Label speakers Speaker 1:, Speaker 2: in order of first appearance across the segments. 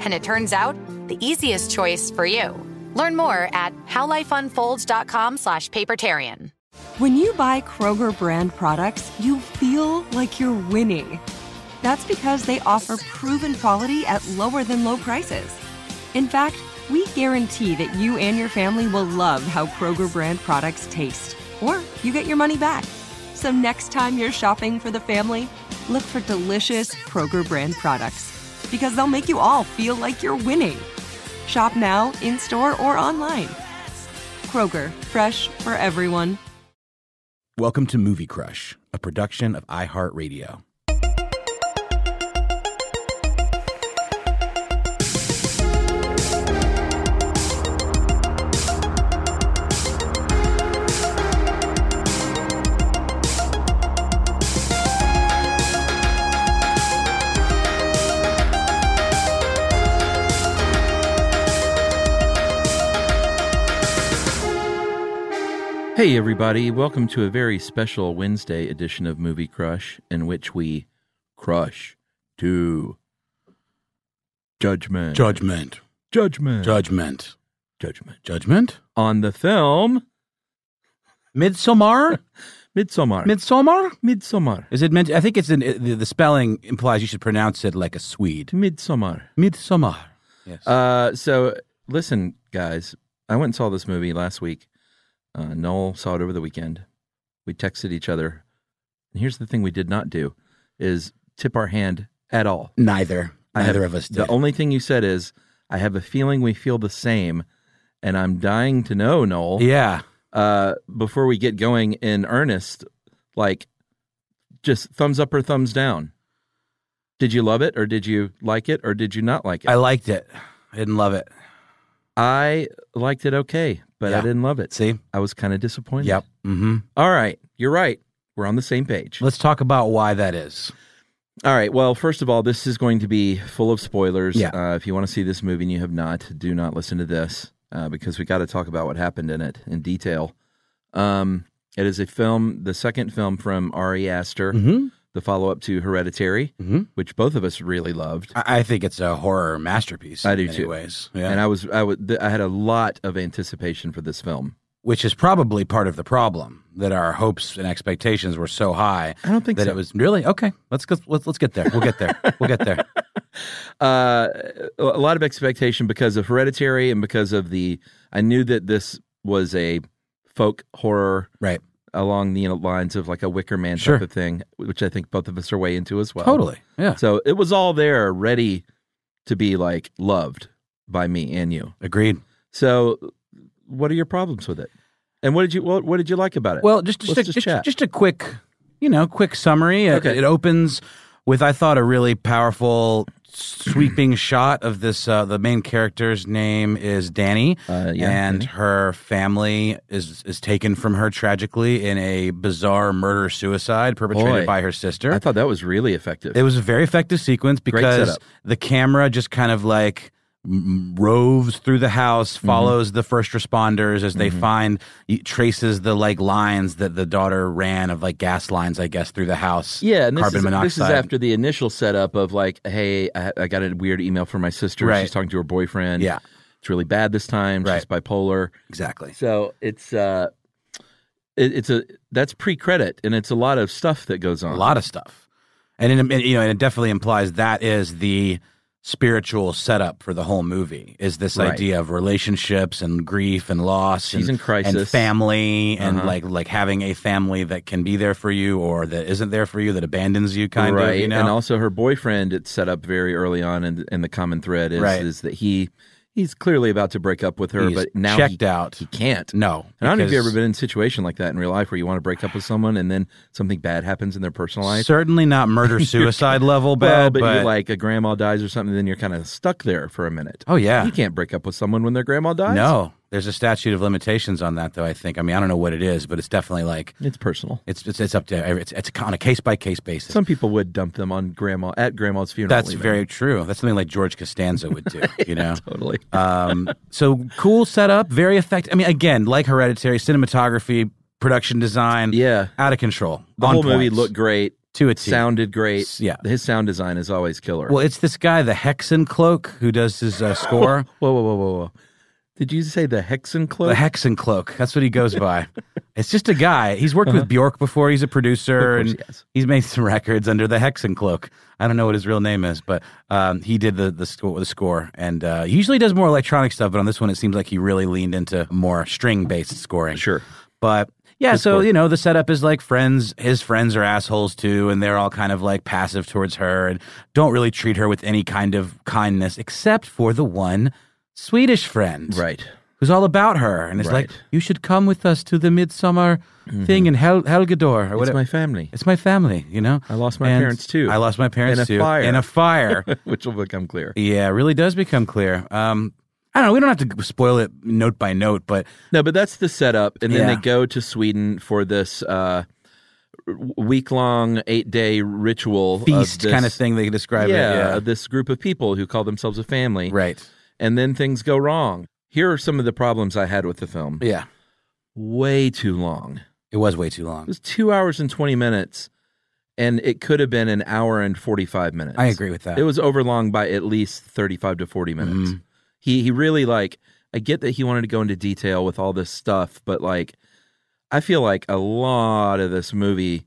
Speaker 1: And it turns out, the easiest choice for you. Learn more at howlifeunfolds.com slash papertarian.
Speaker 2: When you buy Kroger brand products, you feel like you're winning. That's because they offer proven quality at lower than low prices. In fact, we guarantee that you and your family will love how Kroger brand products taste, or you get your money back. So next time you're shopping for the family, look for delicious Kroger brand products because they'll make you all feel like you're winning. Shop now, in store, or online. Kroger, fresh for everyone.
Speaker 3: Welcome to Movie Crush, a production of iHeartRadio.
Speaker 4: Hey, everybody, welcome to a very special Wednesday edition of Movie Crush, in which we crush to judgment.
Speaker 3: Judgment.
Speaker 4: judgment.
Speaker 3: Judgment.
Speaker 4: judgment.
Speaker 3: Judgment.
Speaker 4: On the film
Speaker 3: Midsommar.
Speaker 4: Midsommar.
Speaker 3: Midsommar.
Speaker 4: Midsommar.
Speaker 3: Is it meant? I think it's in the, the spelling implies you should pronounce it like a Swede.
Speaker 4: Midsommar.
Speaker 3: Midsommar. Yes.
Speaker 4: Uh, so, listen, guys, I went and saw this movie last week. Uh, Noel saw it over the weekend. We texted each other. And here's the thing we did not do is tip our hand at all.
Speaker 3: neither.
Speaker 4: I have-
Speaker 3: Neither of us did.
Speaker 4: The only thing you said is, I have a feeling we feel the same, and I'm dying to know, Noel.
Speaker 3: yeah.
Speaker 4: Uh, before we get going in earnest, like, just thumbs up or thumbs down. Did you love it, or did you like it, or did you not like it?
Speaker 3: I liked it. I didn't love it.
Speaker 4: I liked it okay, but I
Speaker 3: Yeah.
Speaker 4: didn't love it.
Speaker 3: See?
Speaker 4: I was kind of disappointed.
Speaker 3: Yep. Mm-hmm.
Speaker 4: All right, you're right. We're on the same page.
Speaker 3: Let's talk about why that is.
Speaker 4: All right. Well, first of all, this is going to be full of spoilers.
Speaker 3: Yeah.
Speaker 4: Uh, if you want to see this movie and you have not, do not listen to this uh, because we got to talk about what happened in it in detail. Um, it is a film, the second film from Ari Aster,
Speaker 3: Mm-hmm.
Speaker 4: the follow up to Hereditary,
Speaker 3: Mm-hmm.
Speaker 4: which both of us really loved.
Speaker 3: I, I think it's a horror masterpiece.
Speaker 4: I
Speaker 3: in
Speaker 4: do
Speaker 3: many
Speaker 4: too.
Speaker 3: Ways. Yeah.
Speaker 4: And I was, I would, th- I had a lot of anticipation for this film.
Speaker 3: Which is probably part of the problem that our hopes and expectations were so high
Speaker 4: I don't think
Speaker 3: that
Speaker 4: so.
Speaker 3: it was really okay. Let's go, let's let's get there. We'll get there. We'll get there.
Speaker 4: uh, a lot of expectation because of Hereditary and because of the. I knew that this was a folk horror,
Speaker 3: Right.
Speaker 4: along the lines of like a Wicker Man
Speaker 3: Sure.
Speaker 4: type of thing, which I think both of us are way into as well.
Speaker 3: Totally. Yeah.
Speaker 4: So it was all there, ready to be like loved by me and you.
Speaker 3: Agreed.
Speaker 4: So, what are your problems with it? And what did you what, what did you like about it?
Speaker 3: Well, just just
Speaker 4: Let's
Speaker 3: a,
Speaker 4: just
Speaker 3: just,
Speaker 4: chat.
Speaker 3: just a quick, you know, quick summary. It-
Speaker 4: Okay.
Speaker 3: It, opens with I thought a really powerful sweeping shot of this uh, the main character's name is Danny
Speaker 4: Uh, yeah,
Speaker 3: and
Speaker 4: Danny.
Speaker 3: her family is is taken from her tragically in a bizarre murder suicide perpetrated
Speaker 4: Boy.
Speaker 3: by her sister.
Speaker 4: I thought that was really effective.
Speaker 3: It was a very effective sequence because
Speaker 4: setup.
Speaker 3: the camera just kind of like m- roves through the house,
Speaker 4: Mm-hmm.
Speaker 3: follows the first responders as they find y- traces the like lines that the daughter ran of like gas lines, I guess, through the house.
Speaker 4: Yeah, and this
Speaker 3: carbon
Speaker 4: is,
Speaker 3: monoxide.
Speaker 4: This is after the initial setup of like, hey, I, I got a weird email from my sister.
Speaker 3: Right.
Speaker 4: She's talking to her boyfriend.
Speaker 3: Yeah.
Speaker 4: it's really bad this time. She's
Speaker 3: Right.
Speaker 4: bipolar.
Speaker 3: exactly.
Speaker 4: So it's uh, it, it's a that's pre credit, and it's a lot of stuff that goes on.
Speaker 3: A lot of stuff, and it, it- you know, and it definitely implies that is the spiritual setup for the whole movie is this
Speaker 4: Right.
Speaker 3: idea of relationships and grief and loss
Speaker 4: She's
Speaker 3: and,
Speaker 4: in crisis.
Speaker 3: and family and
Speaker 4: Uh-huh.
Speaker 3: like like having a family that can be there for you or that isn't there for you that abandons you kind
Speaker 4: right.
Speaker 3: of you know
Speaker 4: And also her boyfriend, it's set up very early on, and and the common thread is
Speaker 3: Right.
Speaker 4: is that he he's clearly about to break up with her,
Speaker 3: He's
Speaker 4: but now
Speaker 3: checked
Speaker 4: he,
Speaker 3: out.
Speaker 4: He can't.
Speaker 3: no
Speaker 4: And I don't know if you've
Speaker 3: because-
Speaker 4: ever been in a situation like that in real life where you want to break up with someone and then something bad happens in their personal life.
Speaker 3: Certainly not murder suicide level
Speaker 4: well,
Speaker 3: bad,
Speaker 4: but,
Speaker 3: but,
Speaker 4: you're like a grandma dies or something, then you're kind of stuck there for a minute.
Speaker 3: oh yeah,
Speaker 4: You can't break up with someone when their grandma dies.
Speaker 3: no. There's a statute of limitations on that, though. I think. I mean, I don't know what it is, but it's definitely like
Speaker 4: It's personal.
Speaker 3: it's it's, it's up to every, it's it's on a case by case basis.
Speaker 4: Some people would dump them on grandma at grandma's funeral.
Speaker 3: That's
Speaker 4: even.
Speaker 3: very true. That's something like George Costanza would do. You know.
Speaker 4: totally.
Speaker 3: um, so cool setup, very effective. I mean, again, like Hereditary, cinematography, production design,
Speaker 4: Yeah.
Speaker 3: out of control.
Speaker 4: The
Speaker 3: on
Speaker 4: whole movie
Speaker 3: points.
Speaker 4: looked great.
Speaker 3: to a
Speaker 4: It
Speaker 3: T.
Speaker 4: sounded great.
Speaker 3: S- yeah.
Speaker 4: His sound design is always killer.
Speaker 3: Well, it's this guy, the Hexen Cloak, who does his uh, score.
Speaker 4: whoa, whoa, whoa, whoa, whoa. Did you say the Hexen Club?
Speaker 3: The Hexen Cloak. That's what he goes by. it's just a guy. He's worked with Bjork before. He's a producer
Speaker 4: Uh-huh. Of course
Speaker 3: and
Speaker 4: he has.
Speaker 3: he's made some records under the Hexen Cloak. I don't know what his real name is, but um, he did the the score. The score, and uh, he usually does more electronic stuff, but on this one, it seems like he really leaned into more string based scoring.
Speaker 4: Sure.
Speaker 3: But yeah,
Speaker 4: Good
Speaker 3: so
Speaker 4: score.
Speaker 3: you know the setup is like friends. His friends are assholes too, and they're all kind of like passive towards her and don't really treat her with any kind of kindness, except for the one Swedish friend,
Speaker 4: Right.
Speaker 3: who's all about her and is like,
Speaker 4: Right. Mm-hmm.
Speaker 3: "You should come with us to the midsummer thing in Hel- Helgador or
Speaker 4: It's
Speaker 3: whatever."
Speaker 4: my family.
Speaker 3: it's my family, you know.
Speaker 4: I lost my
Speaker 3: And
Speaker 4: parents, too.
Speaker 3: I lost my parents
Speaker 4: In a
Speaker 3: too.
Speaker 4: fire.
Speaker 3: In a fire.
Speaker 4: Which will become clear.
Speaker 3: yeah, it really does become clear. Um, I don't know. We don't have to spoil it note by note, but
Speaker 4: No, but that's the setup, and then
Speaker 3: Yeah.
Speaker 4: they go to Sweden for this uh, week long, eight day ritual of
Speaker 3: feast
Speaker 4: this-
Speaker 3: kind of thing they describe
Speaker 4: yeah,
Speaker 3: it.
Speaker 4: of this group of people who call themselves a family,
Speaker 3: Yeah, right.
Speaker 4: And then things go wrong. Here are some of the problems I had with the film.
Speaker 3: Yeah,
Speaker 4: Way too long.
Speaker 3: it was way too
Speaker 4: It
Speaker 3: long.
Speaker 4: was two hours and twenty minutes, and it could have been an hour and forty five minutes.
Speaker 3: I agree with that. Mm-hmm.
Speaker 4: It was overlong by at least 35 to 40 minutes. He he really like I get that he wanted to go into detail with all this stuff, but like I feel like a lot of this movie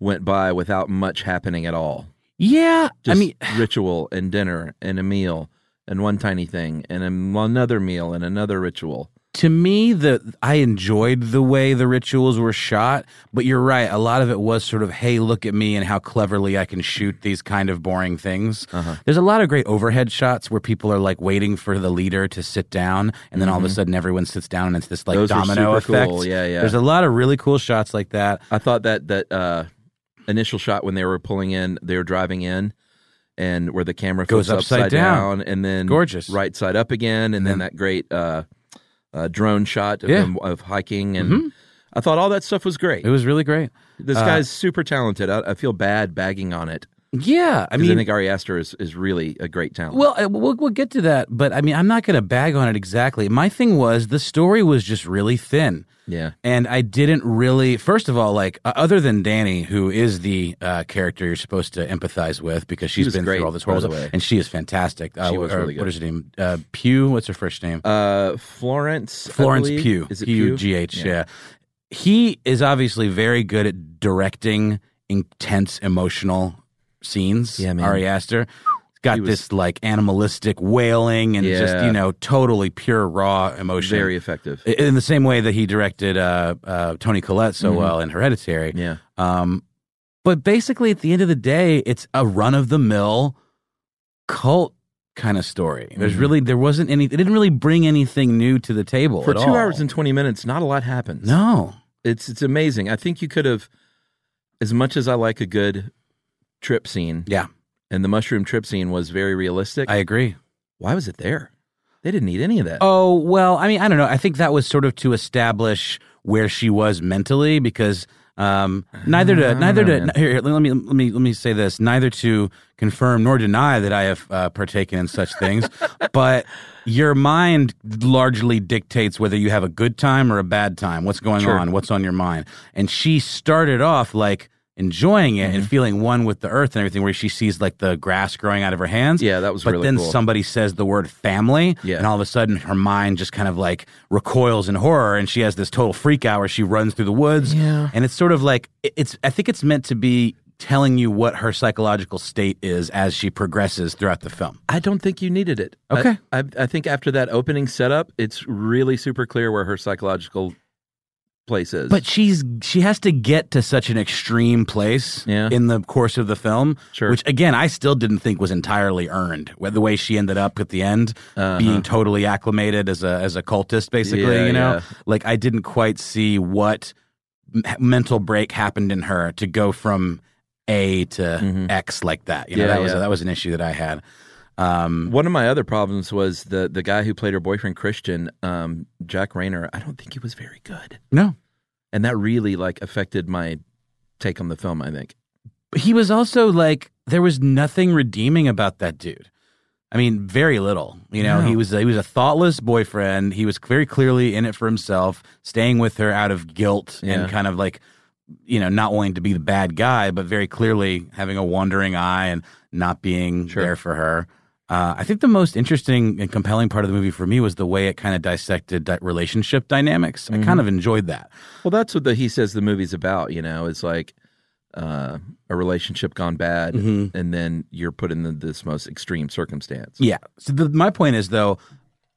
Speaker 4: went by without much happening at all.
Speaker 3: yeah.
Speaker 4: Just
Speaker 3: I mean,
Speaker 4: ritual and dinner and a meal and one tiny thing and a- another meal and another ritual.
Speaker 3: to me, the I enjoyed the way the rituals were shot, but you're right. A lot of it was sort of, "Hey, look at me and how cleverly I can shoot these kind of boring things."
Speaker 4: Uh-huh.
Speaker 3: There's a lot of great overhead shots where people are like waiting for the leader to sit down, and then all of a sudden everyone sits down, and it's this like
Speaker 4: Mm-hmm. Those were
Speaker 3: domino
Speaker 4: super
Speaker 3: effect.
Speaker 4: cool. Yeah, yeah.
Speaker 3: There's a lot of really cool shots like that.
Speaker 4: I thought that that uh, initial shot when they were pulling in, they were driving in, and where the camera
Speaker 3: Goes
Speaker 4: flips
Speaker 3: upside down.
Speaker 4: and then
Speaker 3: Gorgeous.
Speaker 4: right side up again, and,
Speaker 3: then-
Speaker 4: then, that great uh, uh, drone shot of,
Speaker 3: Yeah. Mm-hmm.
Speaker 4: them, of hiking, and I thought all that stuff was great.
Speaker 3: It was really great.
Speaker 4: this guy's super talented. I, I feel bad bagging on it.
Speaker 3: Yeah, I
Speaker 4: 'cause I,
Speaker 3: mean,
Speaker 4: think Ari Aster is, is really a great talent.
Speaker 3: Well, uh, we'll we'll get to that, but I mean, I'm not going to bag on it exactly. My thing was the story was just really thin.
Speaker 4: yeah,
Speaker 3: And I didn't really, first of all, like, uh, other than Danny, who is the uh, character you're supposed to empathize with because she's
Speaker 4: was
Speaker 3: been
Speaker 4: great,
Speaker 3: through all this
Speaker 4: by
Speaker 3: horrible
Speaker 4: the way.
Speaker 3: And she is fantastic. Uh,
Speaker 4: She was
Speaker 3: or-
Speaker 4: really good.
Speaker 3: What is her name? Uh, Pew? What's her first name?
Speaker 4: uh, Florence I
Speaker 3: Florence
Speaker 4: believe?
Speaker 3: Pugh.
Speaker 4: Is it
Speaker 3: Pugh,
Speaker 4: Pugh?
Speaker 3: GH, yeah. He is obviously very good at directing intense emotional scenes.
Speaker 4: Yeah, man.
Speaker 3: Ari Aster. He's Got
Speaker 4: He was-
Speaker 3: this like animalistic wailing and just,
Speaker 4: Yeah.
Speaker 3: you know, totally pure raw emotion.
Speaker 4: very effective.
Speaker 3: I- in the same way that he directed uh, uh, Tony Collette so
Speaker 4: Mhm.
Speaker 3: well in Hereditary.
Speaker 4: yeah,
Speaker 3: Um, but basically, at the end of the day, it's a run of the mill cult kind of story. There's
Speaker 4: Mhm.
Speaker 3: really there wasn't any. It didn't really bring anything new to the table
Speaker 4: for
Speaker 3: at
Speaker 4: two
Speaker 3: all.
Speaker 4: hours and twenty minutes, not a lot happens.
Speaker 3: no.
Speaker 4: it's it's amazing. I think you could have, as much as I like a good trip scene,
Speaker 3: Yeah,
Speaker 4: and the mushroom trip scene was very realistic.
Speaker 3: I agree.
Speaker 4: why was it there? They didn't need any of that.
Speaker 3: Oh well, I mean, I don't know. I think that was sort of to establish where she was mentally, because um, neither
Speaker 4: I
Speaker 3: to
Speaker 4: don't
Speaker 3: neither
Speaker 4: know,
Speaker 3: to
Speaker 4: man.
Speaker 3: here, here, let me let me let me say this: neither to confirm nor deny that I have uh, partaken in such things, but your mind largely dictates whether you have a good time or a bad time. What's going
Speaker 4: Sure.
Speaker 3: on? What's on your mind? And she started off like enjoying it
Speaker 4: Mm-hmm.
Speaker 3: and feeling one with the earth and everything where she sees like the grass growing out of her hands
Speaker 4: Yeah, that was
Speaker 3: but
Speaker 4: really
Speaker 3: then
Speaker 4: cool.
Speaker 3: somebody says the word family
Speaker 4: Yeah.
Speaker 3: and all of a sudden her mind just kind of like recoils in horror and she has this total freak out where she runs through the woods
Speaker 4: Yeah.
Speaker 3: and it's sort of like it- it's i think it's meant to be telling you what her psychological state is as she progresses throughout the film.
Speaker 4: I don't think you needed it. I-
Speaker 3: Okay.
Speaker 4: I, I, think after that opening setup, it's really super clear where her psychological place is.
Speaker 3: But she's she has to get to such an extreme place
Speaker 4: Yeah.
Speaker 3: in the course of the film,
Speaker 4: Sure.
Speaker 3: which again I still didn't think was entirely earned. wh- The way she ended up at the end,
Speaker 4: Uh-huh.
Speaker 3: being totally acclimated as a as a cultist, basically,
Speaker 4: Yeah,
Speaker 3: you know,
Speaker 4: yeah.
Speaker 3: like I didn't quite see what m- mental break happened in her to go from A to
Speaker 4: Mhm.
Speaker 3: X like that. You know,
Speaker 4: Yeah,
Speaker 3: that was
Speaker 4: yeah.
Speaker 3: that was an issue that I had. Um,
Speaker 4: One of my other problems was the the guy who played her boyfriend Christian, um, Jack Rayner. I don't think he was very good,
Speaker 3: no,
Speaker 4: and that really like affected my take on the film. I think.
Speaker 3: he was also like there was nothing redeeming about that dude. I mean, very little. You know, he was he was a thoughtless boyfriend. He was very clearly in it for himself, staying with her out of guilt
Speaker 4: Yeah.
Speaker 3: and kind of like you know not wanting to be the bad guy, but very clearly having a wandering eye and not being
Speaker 4: Sure.
Speaker 3: there for her. Uh, I think the most interesting and compelling part of the movie for me was the way it kind of dissected di- relationship dynamics. I
Speaker 4: Mm-hmm.
Speaker 3: kind of enjoyed that.
Speaker 4: Well, that's what the he says the movie's about. You know, it's like uh, a relationship gone bad, and then you're put in the, this most extreme circumstance.
Speaker 3: Mm-hmm. Yeah. So the, my point is though,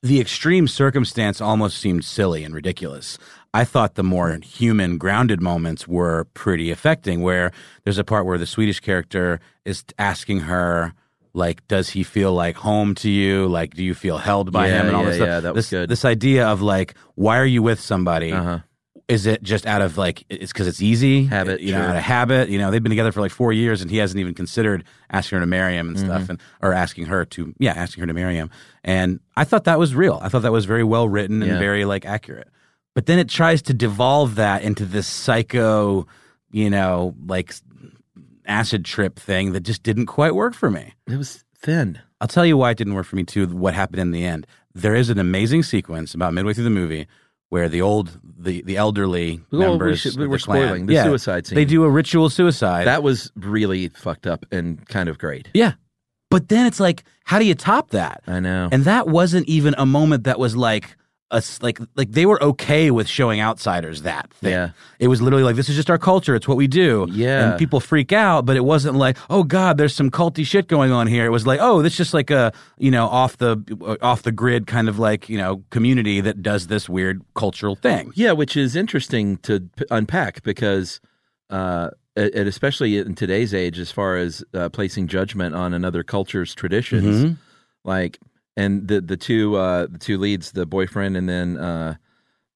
Speaker 3: the extreme circumstance almost seemed silly and ridiculous. I thought the more human, grounded moments were pretty affecting. Where there's a part where the Swedish character is asking her, like, does he feel like home to you? Like, do you feel held by
Speaker 4: Yeah,
Speaker 3: him? And all
Speaker 4: yeah,
Speaker 3: this stuff.
Speaker 4: yeah, that was
Speaker 3: this,
Speaker 4: good.
Speaker 3: This idea of like, why are you with somebody?
Speaker 4: Uh-huh.
Speaker 3: Is it just out of like it's because it's easy
Speaker 4: Habit,
Speaker 3: you know,
Speaker 4: sure.
Speaker 3: out of habit? You know, they've been together for like four years, and he hasn't even considered asking her to marry him and
Speaker 4: Mm-hmm.
Speaker 3: stuff, and or asking her to yeah, asking her to marry him. And I thought that was real. I thought that was very well written and
Speaker 4: Yeah.
Speaker 3: very like accurate. But then it tries to devolve that into this psycho, you know, like acid trip thing that just didn't quite work for me.
Speaker 4: It was thin.
Speaker 3: I'll tell you why it didn't work for me too. What happened in the end? There is an amazing sequence about midway through the movie where the old, the the elderly
Speaker 4: Well, we
Speaker 3: members,
Speaker 4: should-
Speaker 3: of
Speaker 4: we're
Speaker 3: the clan-
Speaker 4: spoiling the
Speaker 3: yeah,
Speaker 4: suicide
Speaker 3: They
Speaker 4: scene.
Speaker 3: do a ritual suicide.
Speaker 4: That was really fucked up and kind of great.
Speaker 3: yeah, but then it's like, how do you top that?
Speaker 4: I know.
Speaker 3: And that wasn't even a moment that was like us like like they were okay with showing outsiders that thing.
Speaker 4: Yeah.
Speaker 3: It was literally like this is just our culture, it's what we do.
Speaker 4: Yeah.
Speaker 3: And people freak out, but it wasn't like, "Oh god, there's some culty shit going on here." It was like, "Oh, this is just like a, you know, off the uh, off the grid kind of like, you know, community that does this weird cultural thing."
Speaker 4: Yeah, which is interesting to p- unpack because, uh, a- and especially in today's age, as far as uh, placing judgment on another culture's traditions,
Speaker 3: Mm-hmm.
Speaker 4: like, and the the two uh, the two leads, the boyfriend and then uh,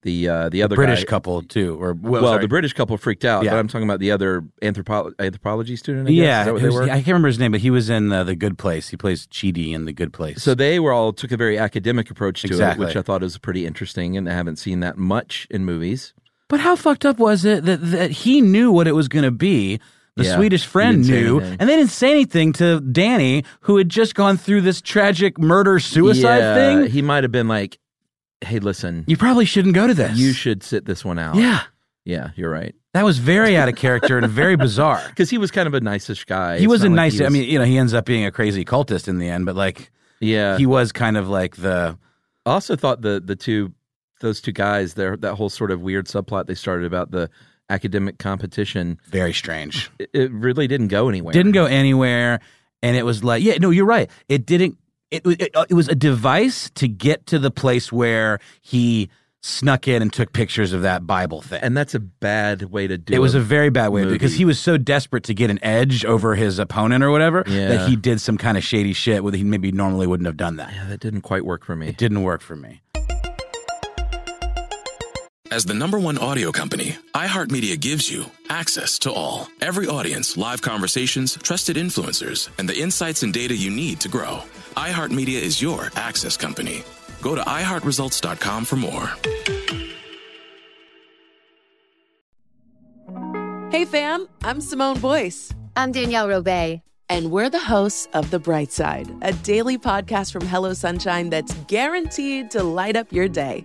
Speaker 4: the uh, the other
Speaker 3: British
Speaker 4: guy-
Speaker 3: couple too or well,
Speaker 4: Well,
Speaker 3: sorry.
Speaker 4: the British couple freaked out,
Speaker 3: Yeah.
Speaker 4: but I'm talking about the other anthropo- anthropology student. I guess.
Speaker 3: yeah,
Speaker 4: is that what
Speaker 3: it
Speaker 4: they
Speaker 3: was-
Speaker 4: were?
Speaker 3: I can't remember his name, but he was in uh, the Good Place. He plays Chidi in the Good Place.
Speaker 4: So they were all took a very academic approach to
Speaker 3: Exactly.
Speaker 4: it, which I thought was pretty interesting, and I haven't seen that much in movies.
Speaker 3: But how fucked up was it that, that he knew what it was going to be? The
Speaker 4: Yeah,
Speaker 3: Swedish
Speaker 4: he
Speaker 3: friend
Speaker 4: didn't say
Speaker 3: knew,
Speaker 4: anything.
Speaker 3: and they didn't say anything to Danny, who had just gone through this tragic murder suicide
Speaker 4: Yeah,
Speaker 3: thing.
Speaker 4: He might have been like, "Hey, listen,
Speaker 3: you probably shouldn't go to this.
Speaker 4: You should sit this one out.
Speaker 3: Yeah,
Speaker 4: Yeah, you're right.
Speaker 3: that was very out of character and very bizarre.
Speaker 4: Because he was kind of a nicest guy.
Speaker 3: He
Speaker 4: It's
Speaker 3: was a
Speaker 4: not like
Speaker 3: nice.
Speaker 4: he
Speaker 3: I
Speaker 4: was-
Speaker 3: mean, you know, he ends up being a crazy cultist in the end, but like
Speaker 4: yeah.
Speaker 3: he
Speaker 4: He
Speaker 3: was kind of like the
Speaker 4: also thought the the two those two guys there that whole sort of weird subplot they started about the academic competition
Speaker 3: very strange.
Speaker 4: it, it really didn't go anywhere.
Speaker 3: Didn't go anywhere, and it was like, yeah, no, you're right. It didn't. It it, it was a device to get to the place where he snuck in and took pictures of that Bible thing.
Speaker 4: and that's a bad way to do.
Speaker 3: it was a very bad way
Speaker 4: movie.
Speaker 3: because he was so desperate to get an edge over his opponent or whatever
Speaker 4: Yeah.
Speaker 3: that he did some kind of shady shit where he maybe normally wouldn't have done that.
Speaker 4: yeah, that didn't quite work for me.
Speaker 3: It didn't work for me.
Speaker 5: As the number one audio company, iHeartMedia gives you access to all. Every audience, live conversations, trusted influencers, and the insights and data you need to grow. iHeartMedia is your access company. Go to iHeartResults.com for more.
Speaker 6: Hey, fam, I'm Simone Boyce,
Speaker 7: I'm Danielle Robay.
Speaker 6: and we're the hosts of The Bright Side, a daily podcast from Hello Sunshine that's guaranteed to light up your day.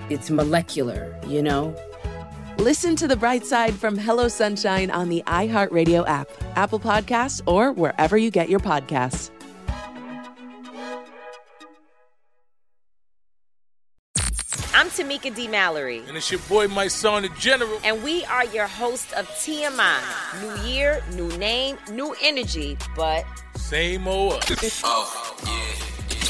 Speaker 8: it's molecular, you know?
Speaker 6: Listen to The Bright Side from Hello Sunshine on the iHeartRadio app, Apple Podcasts, or wherever you get your podcasts.
Speaker 9: I'm Tamika D. Mallory.
Speaker 10: And it's your boy, my son, the general.
Speaker 9: And we are your hosts of TMI. New year, new name, new energy, but.
Speaker 10: Same old us. oh,
Speaker 9: yeah.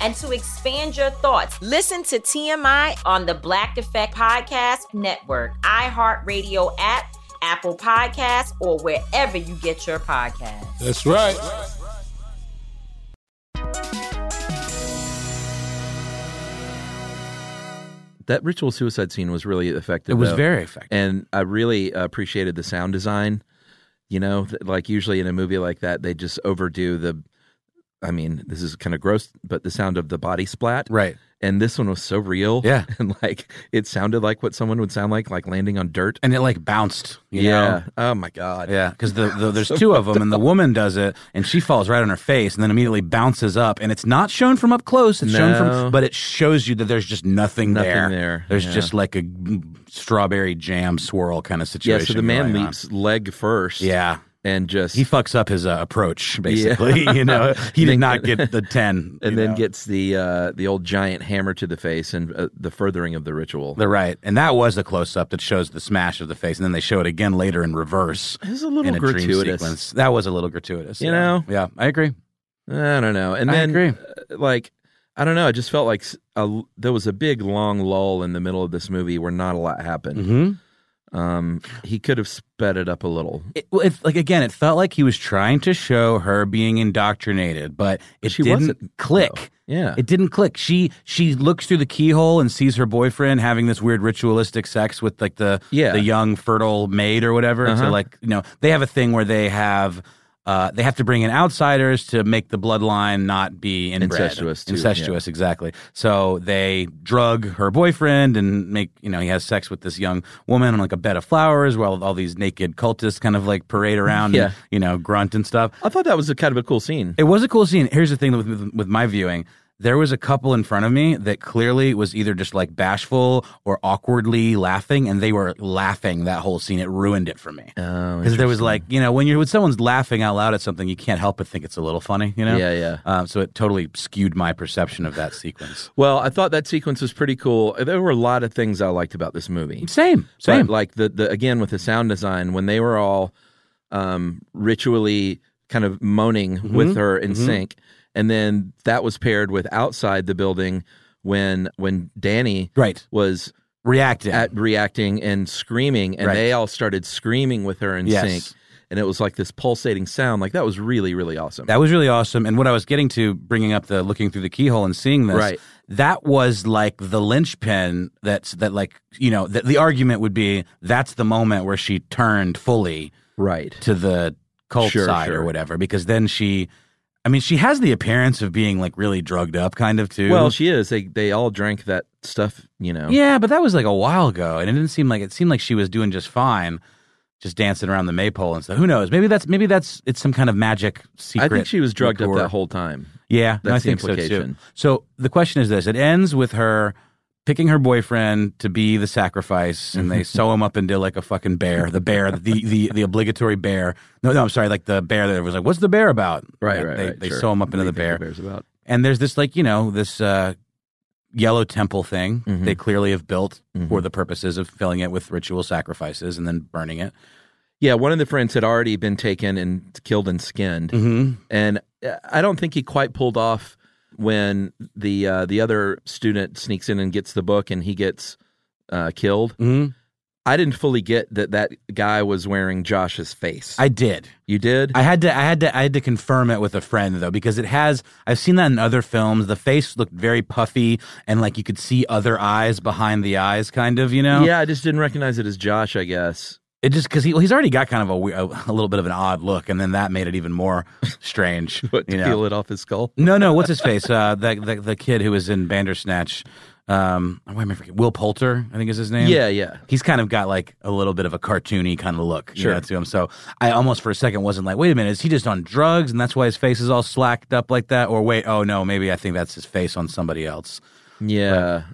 Speaker 9: and to expand your thoughts, listen to TMI on the Black Effect Podcast Network, iHeartRadio app, Apple Podcasts, or wherever you get your podcasts.
Speaker 10: That's right.
Speaker 4: that ritual suicide scene was really effective.
Speaker 3: It was
Speaker 4: though.
Speaker 3: very effective,
Speaker 4: and I really uh, appreciated the sound design. You know, th- like usually in a movie like that, they just overdo the. I mean, this is kind of gross, but the sound of the body splat,
Speaker 3: right?
Speaker 4: And this one was so real,
Speaker 3: yeah.
Speaker 4: And like, it sounded like what someone would sound like, like landing on dirt,
Speaker 3: and it like bounced.
Speaker 4: yeah.
Speaker 3: Know?
Speaker 4: Oh my god.
Speaker 3: Yeah, because the, the, there's two of them, and the woman does it, and she falls right on her face, and then immediately bounces up, and it's not shown from up close. It's shown
Speaker 4: No.
Speaker 3: from, but it shows you that there's just nothing,
Speaker 4: Nothing
Speaker 3: there.
Speaker 4: there,
Speaker 3: There's
Speaker 4: yeah.
Speaker 3: just like a strawberry jam swirl kind of
Speaker 4: Yeah.
Speaker 3: situation.
Speaker 4: So the man
Speaker 3: going on.
Speaker 4: leaps leg first.
Speaker 3: Yeah.
Speaker 4: And just
Speaker 3: He fucks up his uh, approach, basically.
Speaker 4: Yeah.
Speaker 3: you know, he did
Speaker 4: Then-
Speaker 3: not get the ten,
Speaker 4: and
Speaker 3: you
Speaker 4: then
Speaker 3: know.
Speaker 4: gets the uh, the old giant hammer to the face and uh, the furthering of the ritual.
Speaker 3: the right, and that was a close up that shows the smash of the face, and then they show it again later in reverse.
Speaker 4: It was a little
Speaker 3: in a dream
Speaker 4: gratuitous.
Speaker 3: sequence. That was a little gratuitous. yeah.
Speaker 4: You know?
Speaker 3: yeah, I agree.
Speaker 4: I don't know. And
Speaker 3: I
Speaker 4: then,
Speaker 3: agree.
Speaker 4: uh, like, I don't know. I just felt like s- a l- there was a big long lull in the middle of this movie where not a lot happened.
Speaker 3: Mm-hmm.
Speaker 4: Um, he could have sped it up a little.
Speaker 3: it, well, it, like again, it felt like he was trying to show her being indoctrinated, but it
Speaker 4: She
Speaker 3: didn't
Speaker 4: wasn't,
Speaker 3: click.
Speaker 4: though. Yeah.
Speaker 3: it didn't click. She she looks through the keyhole and sees her boyfriend having this weird ritualistic sex with like the
Speaker 4: Yeah.
Speaker 3: the young fertile maid or whatever. And So
Speaker 4: Uh-huh.
Speaker 3: like you know they have a thing where they have. Uh, they have to bring in outsiders to make the bloodline not be inbred.
Speaker 4: Incestuous, too,
Speaker 3: Incestuous, exactly. So they drug her boyfriend and make you know he has sex with this young woman on like a bed of flowers while all these naked cultists kind of like parade around,
Speaker 4: Yeah.
Speaker 3: and, you know, grunt and stuff.
Speaker 4: I thought that was a kind of a cool scene.
Speaker 3: It was a cool scene. Here's the thing with, with with my viewing. There was a couple in front of me that clearly was either just like bashful or awkwardly laughing, and they were laughing that whole scene. It ruined it for me
Speaker 4: Oh,
Speaker 3: because there was like you know when you're when someone's laughing out loud at something, you can't help but think it's a little funny, you know.
Speaker 4: Yeah, yeah.
Speaker 3: Um, so it totally skewed my perception of that sequence.
Speaker 4: Well, I thought that sequence was pretty cool. There were a lot of things I liked about this movie.
Speaker 3: Same, same.
Speaker 4: But like the, the again with the sound design when they were all um, ritually kind of moaning
Speaker 3: Mm-hmm.
Speaker 4: with her in sync, and then that was paired with outside the building when when Danny
Speaker 3: Right.
Speaker 4: was
Speaker 3: Reacting.
Speaker 4: at reacting and screaming, and
Speaker 3: Right.
Speaker 4: they all started screaming with her in
Speaker 3: Yes.
Speaker 4: sync, and it was like this pulsating sound. Like that was really really awesome.
Speaker 3: That was really awesome. And what I was getting to, bringing up the looking through the keyhole and seeing this,
Speaker 4: Right.
Speaker 3: that was like the linchpin. That's that, like you know, that the argument would be that's the moment where she turned fully
Speaker 4: right.
Speaker 3: to the cult
Speaker 4: Sure,
Speaker 3: side
Speaker 4: sure.
Speaker 3: or whatever, because then she, I mean, she has the appearance of being like really drugged up, kind of too.
Speaker 4: Well, she is. They they all drank that stuff, you know.
Speaker 3: yeah, but that was like a while ago, and it didn't seem like it seemed like she was doing just fine. Just dancing around the maypole and stuff. Who knows? Maybe that's maybe that's it's some kind of magic secret.
Speaker 4: I think she was drugged up
Speaker 3: liqueur.
Speaker 4: that whole time.
Speaker 3: Yeah, no, I
Speaker 4: That's the
Speaker 3: think so too.
Speaker 4: implication.
Speaker 3: So the question is this: It ends with her picking her boyfriend to be the sacrifice, and they sew him up into like a fucking bear. The bear, the the, the obligatory bear. No, no, I'm sorry, like the bear that was like, "What's the bear about?"
Speaker 4: Right,
Speaker 3: And
Speaker 4: right,
Speaker 3: They,
Speaker 4: right,
Speaker 3: they
Speaker 4: sure.
Speaker 3: sew him up
Speaker 4: What
Speaker 3: into
Speaker 4: do
Speaker 3: the
Speaker 4: you think
Speaker 3: bear,
Speaker 4: the bear's about?
Speaker 3: and there's this like you know this uh, yellow temple thing
Speaker 4: Mhm.
Speaker 3: they clearly have built
Speaker 4: Mm-hmm.
Speaker 3: for the purposes of filling it with ritual sacrifices and then burning it.
Speaker 4: Yeah, one of the friends had already been taken and killed and skinned,
Speaker 3: Mm-hmm.
Speaker 4: and uh, I don't think he quite pulled off when the uh, the other student sneaks in and gets the book, and he gets uh, killed.
Speaker 3: Mm-hmm.
Speaker 4: I didn't fully get that that guy was wearing Josh's face.
Speaker 3: I did.
Speaker 4: You did?
Speaker 3: I had to. I had to. I had to confirm it with a friend though, because it has. I've seen that in other films. The face looked very puffy, and like you could see other eyes behind the eyes, kind of. You know.
Speaker 4: Yeah, I just didn't recognize it as Josh. I guess
Speaker 3: It just because he, well, he's already got kind of a, weir- a a little bit of an odd look, and then that made it even more strange.
Speaker 4: but
Speaker 3: you
Speaker 4: to
Speaker 3: know?
Speaker 4: peel it off his skull.
Speaker 3: No, no. What's his face? Uh, the, the the kid who was in Bandersnatch. Um, oh, why am I forget? Will Poulter, I think is his name.
Speaker 4: Yeah, yeah.
Speaker 3: He's kind of got like a little bit of a cartoony kind of look you
Speaker 4: Sure.
Speaker 3: know, to him. So I almost for a second wasn't like, wait a minute, is he just on drugs and that's why his face is all slacked up like that? Or wait, oh no, maybe I think that's his face on somebody else.
Speaker 4: Yeah,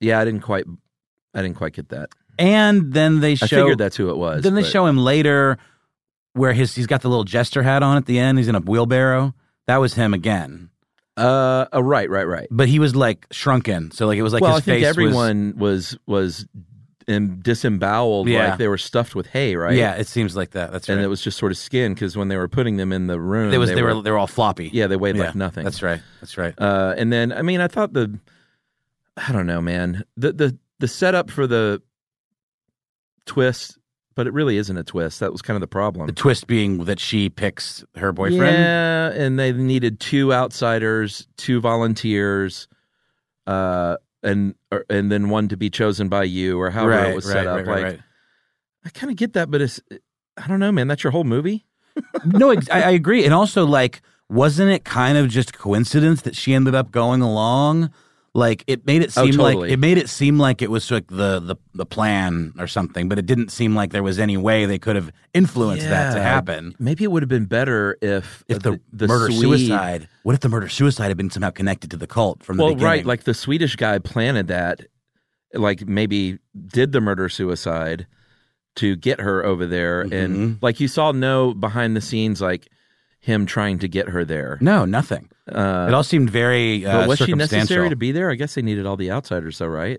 Speaker 4: yeah. I didn't quite. I didn't quite get that.
Speaker 3: And then they show.
Speaker 4: I figured that's who it was.
Speaker 3: Then they
Speaker 4: but-
Speaker 3: show him later where his he's got the little jester hat on at the end. He's in a wheelbarrow. That was him again.
Speaker 4: Uh, uh right, right, right.
Speaker 3: But he was like shrunken. So like it was like
Speaker 4: well,
Speaker 3: his
Speaker 4: I think
Speaker 3: face was,
Speaker 4: everyone was was, um, disemboweled,
Speaker 3: Yeah.
Speaker 4: like they were stuffed with hay, right?
Speaker 3: Yeah, it seems like that. That's right.
Speaker 4: and it was just sort of skin because when they were putting them in the room,
Speaker 3: They was- they were- they were all floppy.
Speaker 4: Yeah, they weighed
Speaker 3: Yeah,
Speaker 4: like nothing.
Speaker 3: that's right. That's right.
Speaker 4: Uh, and then I mean, I thought the, I don't know, man, the the the setup for the twist, but it really isn't a twist. That was kind of the problem.
Speaker 3: the twist being that she picks her boyfriend.
Speaker 4: Yeah, and they needed two outsiders, two volunteers, uh, and or, and then one to be chosen by you or however
Speaker 3: Right,
Speaker 4: it was
Speaker 3: right,
Speaker 4: set up.
Speaker 3: right,
Speaker 4: like,
Speaker 3: right,
Speaker 4: I kind of get that, but it's I don't know, man. That's your whole movie.
Speaker 3: no, ex- I, I agree. And also, like, wasn't it kind of just coincidence that she ended up going along? Like, it made it
Speaker 4: Oh,
Speaker 3: seem like
Speaker 4: totally.
Speaker 3: it made it seem like it was like the the the plan or something, but it didn't seem like there was any way they could have influenced that to
Speaker 4: Yeah.
Speaker 3: happen.
Speaker 4: Maybe it would have been better if uh,
Speaker 3: If the,
Speaker 4: the
Speaker 3: murder
Speaker 4: Swede-
Speaker 3: suicide, what if the murder suicide had been somehow connected to the cult from the
Speaker 4: well,
Speaker 3: beginning?
Speaker 4: right, like the Swedish guy planted that, like maybe did the murder suicide to get her over there,
Speaker 3: Mm-hmm.
Speaker 4: and like you saw no behind the scenes like him trying to get her there.
Speaker 3: no, nothing.
Speaker 4: Uh,
Speaker 3: it all seemed very uh,
Speaker 4: but was she
Speaker 3: circumstantial.
Speaker 4: necessary to be there? I guess they needed all the outsiders, though, right?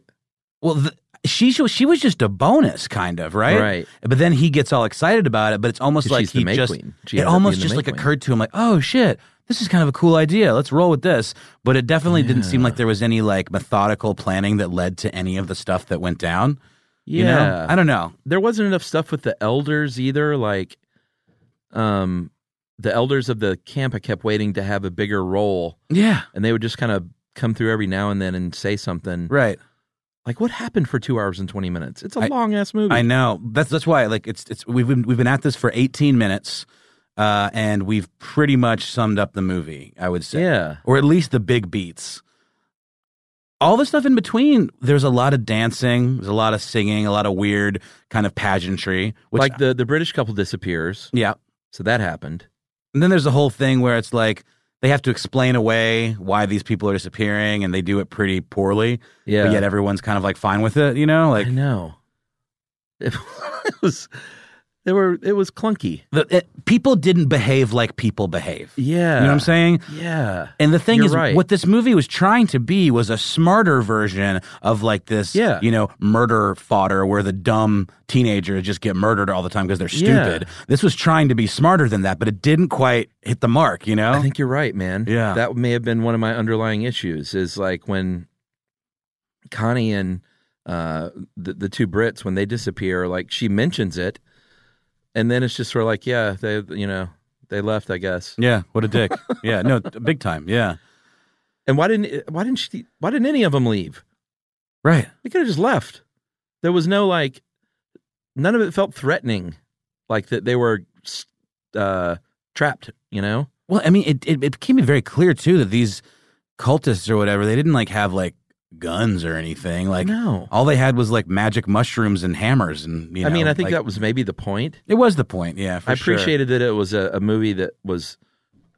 Speaker 3: Well, th- she she was- she was just a bonus, kind of, right?
Speaker 4: Right.
Speaker 3: But then he gets all excited about it. But it's almost
Speaker 4: 'Cause
Speaker 3: like
Speaker 4: she's the
Speaker 3: he
Speaker 4: May
Speaker 3: just
Speaker 4: Queen. She
Speaker 3: it
Speaker 4: ended up
Speaker 3: almost
Speaker 4: being the
Speaker 3: just
Speaker 4: May
Speaker 3: like
Speaker 4: Queen.
Speaker 3: occurred to him, like, oh shit, this is kind of a cool idea. Let's roll with this. But it definitely didn't seem like there was any like methodical planning that led to any of the stuff that went down. You know?
Speaker 4: Yeah.
Speaker 3: I don't know.
Speaker 4: There wasn't enough stuff with the elders either. Like, um, the elders of the camp, I kept waiting to have a bigger role,
Speaker 3: Yeah,
Speaker 4: and they would just kind of come through every now and then and say something.
Speaker 3: right.
Speaker 4: Like, what happened for two hours and twenty minutes? It's a
Speaker 3: I-
Speaker 4: long ass movie.
Speaker 3: I know. That's that's why like it's it's we've been we've been at this for 18 minutes uh and we've pretty much summed up the movie, I would say.
Speaker 4: Yeah.
Speaker 3: Or at least the big beats. All the stuff in between, there's a lot of dancing, there's a lot of singing, a lot of weird kind of pageantry, which
Speaker 4: like the the British couple disappears,
Speaker 3: yeah.
Speaker 4: so that happened.
Speaker 3: And then there's the whole thing where it's like they have to explain away why these people are disappearing and they do it pretty poorly.
Speaker 4: Yeah.
Speaker 3: But yet everyone's kind of like fine with it, you know? Like
Speaker 4: I know. It was. There were. It was clunky.
Speaker 3: the, it, people didn't behave like people behave.
Speaker 4: Yeah.
Speaker 3: You know what I'm saying?
Speaker 4: Yeah.
Speaker 3: And the thing
Speaker 4: You're
Speaker 3: is,
Speaker 4: right.
Speaker 3: what this movie was trying to be was a smarter version of like this,
Speaker 4: Yeah.
Speaker 3: you know, murder fodder where the dumb teenagers just get murdered all the time because they're
Speaker 4: Yeah.
Speaker 3: stupid. This was trying to be smarter than that, but it didn't quite hit the mark, you know?
Speaker 4: I think you're right, man.
Speaker 3: Oh. Yeah.
Speaker 4: That may have been one of my underlying issues is like when Connie and uh, the, the two Brits, when they disappear, like she mentions it. And then it's just sort of like, yeah, they, you know, they left, I guess.
Speaker 3: yeah, what a dick. yeah, no, t- big time. Yeah.
Speaker 4: And why didn't, why didn't she, why didn't any of them leave?
Speaker 3: Right.
Speaker 4: They could have just left. There was no like, none of it felt threatening, like that they were uh, trapped, you know?
Speaker 3: Well, I mean, it, it, it became very clear too that these cultists or whatever, they didn't like have like guns or anything. Like,
Speaker 4: No.
Speaker 3: all they had was like magic mushrooms and hammers. And, you know,
Speaker 4: I mean, I think
Speaker 3: like-
Speaker 4: that was maybe the point.
Speaker 3: It was the point, yeah. For
Speaker 4: I
Speaker 3: sure.
Speaker 4: appreciated that it was a, a movie that was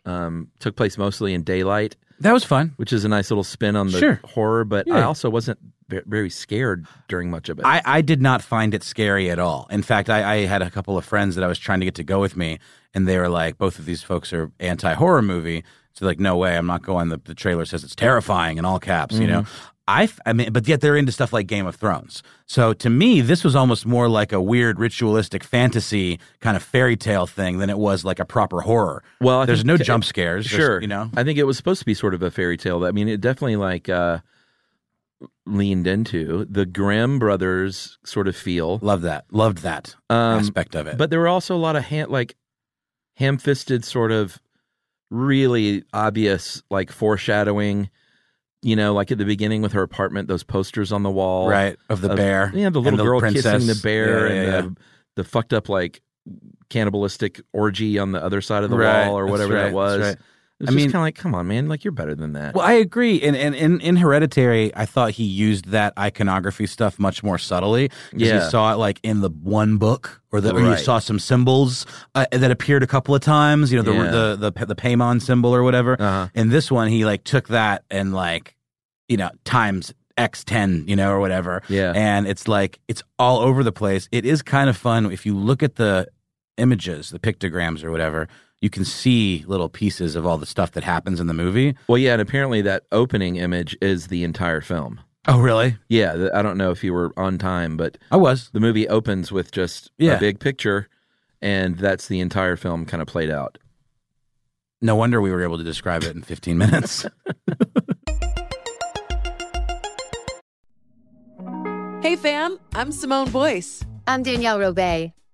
Speaker 4: um, took place mostly in daylight,
Speaker 3: That was fun.
Speaker 4: which is a nice little spin on the
Speaker 3: Sure.
Speaker 4: horror. But I
Speaker 3: Yeah.
Speaker 4: also wasn't ve- very scared during much of it.
Speaker 3: I, I did not find it scary at all. In fact, I, I had a couple of friends that I was trying to get to go with me, and they were like, both of these folks are anti horror movie. So, like, no way, I'm not going. The, the trailer says it's terrifying in all caps, you know?
Speaker 4: Mm-hmm.
Speaker 3: I, f- I mean, but yet they're into stuff like Game of Thrones. So to me, this was almost more like a weird ritualistic fantasy kind of fairy tale thing than it was like a proper horror.
Speaker 4: well, I
Speaker 3: there's
Speaker 4: think-
Speaker 3: no jump scares. there's-
Speaker 4: Sure,
Speaker 3: You know?
Speaker 4: I think it was supposed to be sort of a fairy tale. I mean, it definitely like uh, leaned into the Grimm brothers sort of feel.
Speaker 3: Love that. Loved that aspect of it.
Speaker 4: Um, But there were also a lot of hand, like ham-fisted sort of really obvious like foreshadowing. You know, like at the beginning with her apartment, those posters on the wall,
Speaker 3: Right, of the bear
Speaker 4: Yeah,
Speaker 3: and
Speaker 4: the little
Speaker 3: the
Speaker 4: girl
Speaker 3: princess.
Speaker 4: kissing the bear
Speaker 3: Yeah,
Speaker 4: and
Speaker 3: yeah,
Speaker 4: the
Speaker 3: yeah.
Speaker 4: the fucked up like cannibalistic orgy on the other side of the
Speaker 3: Right,
Speaker 4: wall or
Speaker 3: that's
Speaker 4: whatever
Speaker 3: right,
Speaker 4: that was.
Speaker 3: that's right.
Speaker 4: It was
Speaker 3: I
Speaker 4: just
Speaker 3: mean-
Speaker 4: kind of like, come on, man, like you're better than that.
Speaker 3: Well, I agree. And, and, and in Hereditary, I thought he used that iconography stuff much more subtly. 'cause
Speaker 4: Yeah.
Speaker 3: You saw it like in the one book, or, the, or you
Speaker 4: Right.
Speaker 3: saw some symbols uh, that appeared a couple of times, you know, the,
Speaker 4: Yeah.
Speaker 3: the, the, the, Paimon symbol or whatever.
Speaker 4: Uh-huh.
Speaker 3: And this one, he like took that and like, you know, times X10, you know, or whatever.
Speaker 4: Yeah.
Speaker 3: And it's like, it's all over the place. It is kind of fun if you look at the images, the pictograms or whatever. You can see little pieces of all the stuff that happens in the movie.
Speaker 4: Well, yeah, and apparently that opening image is the entire film.
Speaker 3: Oh, really?
Speaker 4: Yeah, th- I don't know if you were on time, but
Speaker 3: I was.
Speaker 4: The movie opens with just
Speaker 3: Yeah.
Speaker 4: a big picture, and that's the entire film kind of played out.
Speaker 3: No wonder we were able to describe it in 15 minutes.
Speaker 6: Hey fam, I'm Simone Boyce.
Speaker 7: I'm Danielle Robay.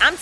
Speaker 9: I'm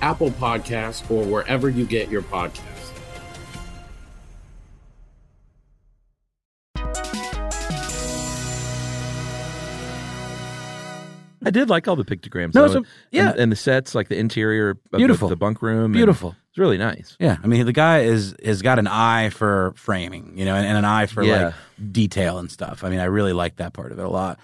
Speaker 10: Apple Podcasts, or wherever you get your podcasts.
Speaker 4: I did like all the pictograms.
Speaker 3: No,
Speaker 4: though,
Speaker 3: it's a-
Speaker 4: and-
Speaker 3: yeah.
Speaker 4: and, the sets, like the interior, of the-
Speaker 3: Beautiful.
Speaker 4: the bunk room, and
Speaker 3: Beautiful.
Speaker 4: It's really nice.
Speaker 3: yeah, I mean, the guy is has got an eye for framing, you know, and, and an eye for
Speaker 4: Yeah.
Speaker 3: like detail and stuff. I mean, I really like that part of it a lot.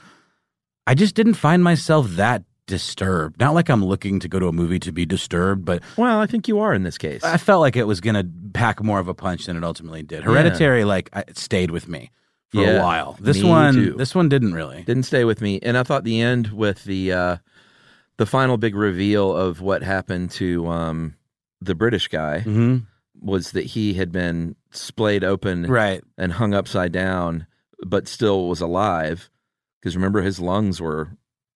Speaker 3: I just didn't find myself that disturbed. Not like I'm looking to go to a movie to be disturbed, but
Speaker 4: well, I think you are in this case.
Speaker 3: I felt like it was going to pack more of a punch than it ultimately did.
Speaker 4: Yeah.
Speaker 3: Hereditary, like, I, it stayed with me for a
Speaker 4: Yeah,
Speaker 3: while. This
Speaker 4: me
Speaker 3: one,
Speaker 4: too.
Speaker 3: this one didn't really.
Speaker 4: Didn't stay with me, and I thought the end with the uh, the final big reveal of what happened to um, the British guy
Speaker 3: Mhm.
Speaker 4: was that he had been splayed open,
Speaker 3: Right.
Speaker 4: and hung upside down, but still was alive. Because remember, his lungs were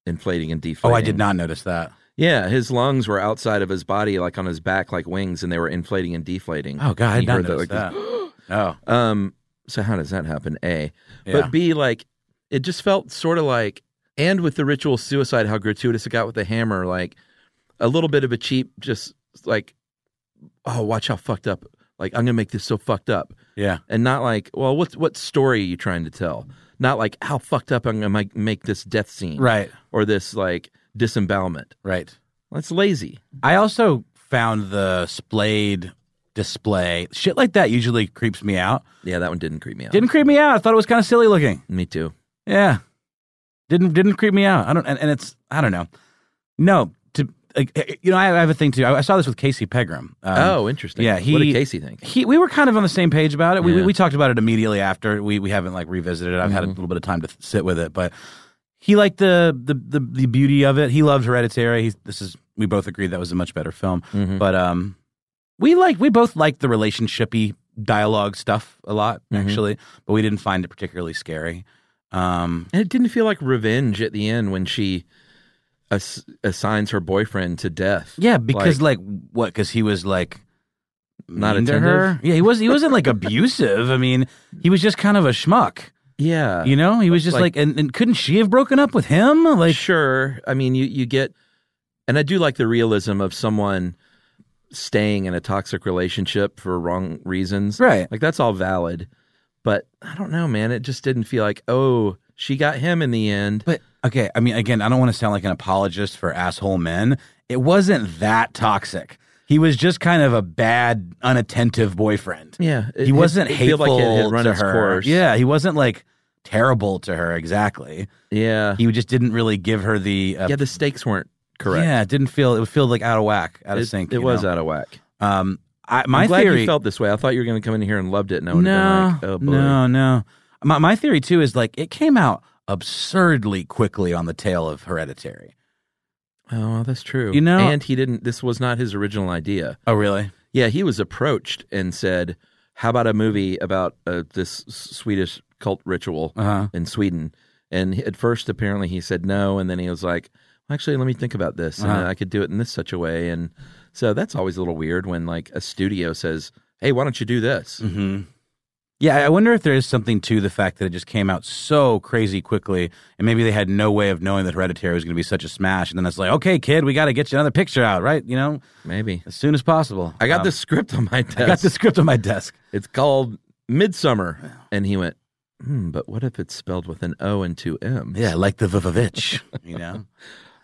Speaker 4: inflating and deflating.
Speaker 3: Oh, did not notice that.
Speaker 4: Yeah, his lungs were outside of his body, like on his back, like wings, and they were inflating and deflating.
Speaker 3: Oh, God, I
Speaker 4: He
Speaker 3: did not
Speaker 4: heard
Speaker 3: notice
Speaker 4: like,
Speaker 3: that. oh,
Speaker 4: um, so how does that happen? A,
Speaker 3: Yeah.
Speaker 4: but B, like it just felt sort of like, and with the ritual suicide, how gratuitous it got with the hammer, like a little bit of a cheap, just like, oh, watch how fucked up. Like I'm gonna make this so fucked up.
Speaker 3: Yeah.
Speaker 4: and not like, well, what what story are you trying to tell? Not like how fucked up I'm gonna make, make this death scene,
Speaker 3: Right.
Speaker 4: Or this like disembowelment,
Speaker 3: right?
Speaker 4: That's lazy.
Speaker 3: I also found the splayed display shit like that usually creeps me out.
Speaker 4: Yeah, that one didn't creep me out.
Speaker 3: Didn't creep me out. I thought it was kind of silly looking.
Speaker 4: Me too.
Speaker 3: Yeah, didn't didn't creep me out. I don't. And, and it's I don't know. No, to like, eh, you know, I have a thing too. I, I saw this with Casey Pegram. Um,
Speaker 4: oh, interesting.
Speaker 3: Yeah, he,
Speaker 4: what did Casey think?
Speaker 3: He, we were kind of on the same page about it. We, we,
Speaker 4: Yeah. Mm-hmm.
Speaker 3: we talked about it immediately after. We we haven't like revisited it. I've had a little bit of time to sit with it, but he liked the the the, the beauty of it. He loved Hereditary. He's, this is we both agreed that was a much better film.
Speaker 4: Mm-hmm.
Speaker 3: But um, we like we both liked the relationshipy dialogue stuff a lot
Speaker 4: Mhm.
Speaker 3: actually, but we didn't find it particularly scary. Um,
Speaker 4: And it didn't feel like revenge at the end when she ass- assigns her boyfriend to death.
Speaker 3: yeah, because like, what? Because he was like.
Speaker 4: Not
Speaker 3: mean to
Speaker 4: attentive?
Speaker 3: her. Yeah, he was. He wasn't like abusive. I mean, he was just kind of a schmuck.
Speaker 4: yeah,
Speaker 3: You know, he was just like, and, and couldn't she have broken up with him? Like,
Speaker 4: sure. I mean, you you get, and I do like the realism of someone staying in a toxic relationship for wrong reasons.
Speaker 3: Right.
Speaker 4: Like that's all valid, but I don't know, man. It just didn't feel like oh, she got him in the end.
Speaker 3: But okay, I mean, again, I don't want to sound like an apologist for asshole men. It wasn't that toxic. He was just kind of a bad, unattentive boyfriend.
Speaker 4: Yeah, it-
Speaker 3: he
Speaker 4: it-
Speaker 3: wasn't
Speaker 4: it felt
Speaker 3: hateful
Speaker 4: like it had run
Speaker 3: to
Speaker 4: its
Speaker 3: her.
Speaker 4: course.
Speaker 3: Yeah, he wasn't like terrible to her exactly.
Speaker 4: Yeah,
Speaker 3: he just didn't really give her the uh,
Speaker 4: Uh-huh. yeah, the stakes weren't correct.
Speaker 3: Yeah, it didn't feel it would feel like out of whack, out
Speaker 4: It-
Speaker 3: of sync.
Speaker 4: it
Speaker 3: you
Speaker 4: was
Speaker 3: know?
Speaker 4: out of whack.
Speaker 3: Um, I, my
Speaker 4: I'm glad
Speaker 3: theory
Speaker 4: you felt this way. I thought you were going to come in here and loved it. And I would
Speaker 3: no,
Speaker 4: have been like, oh boy.
Speaker 3: no, no. My my theory too is like it came out absurdly quickly on the tail of Hereditary.
Speaker 4: Oh, that's true.
Speaker 3: You know-
Speaker 4: and he didn't. This was not his original idea.
Speaker 3: Oh, really?
Speaker 4: Yeah, he was approached and said, "How about a movie about uh, this S- Swedish cult ritual
Speaker 3: Uh-huh.
Speaker 4: in Sweden?" And he- at first, apparently, he said no, and then he was like, "Actually, let me think about this, and uh,
Speaker 3: Uh-huh.
Speaker 4: I could do it in this such a way." And so that's always a little weird when like a studio says, "Hey, why don't you do this?"
Speaker 3: Mm-hmm. Yeah, I wonder if there is something to the fact that it just came out so crazy quickly, and maybe they had no way of knowing that Hereditary was going to be such a smash. And then it's like, okay, kid, we got to get you another picture out, right? You know,
Speaker 4: maybe
Speaker 3: as soon as possible.
Speaker 4: I got
Speaker 3: Um,
Speaker 4: the script on my desk.
Speaker 3: I got the script on my desk.
Speaker 4: It's called Midsummer. And he went, hmm, but what if it's spelled with an O and two M's?
Speaker 3: Yeah, like the Vivovich, you know?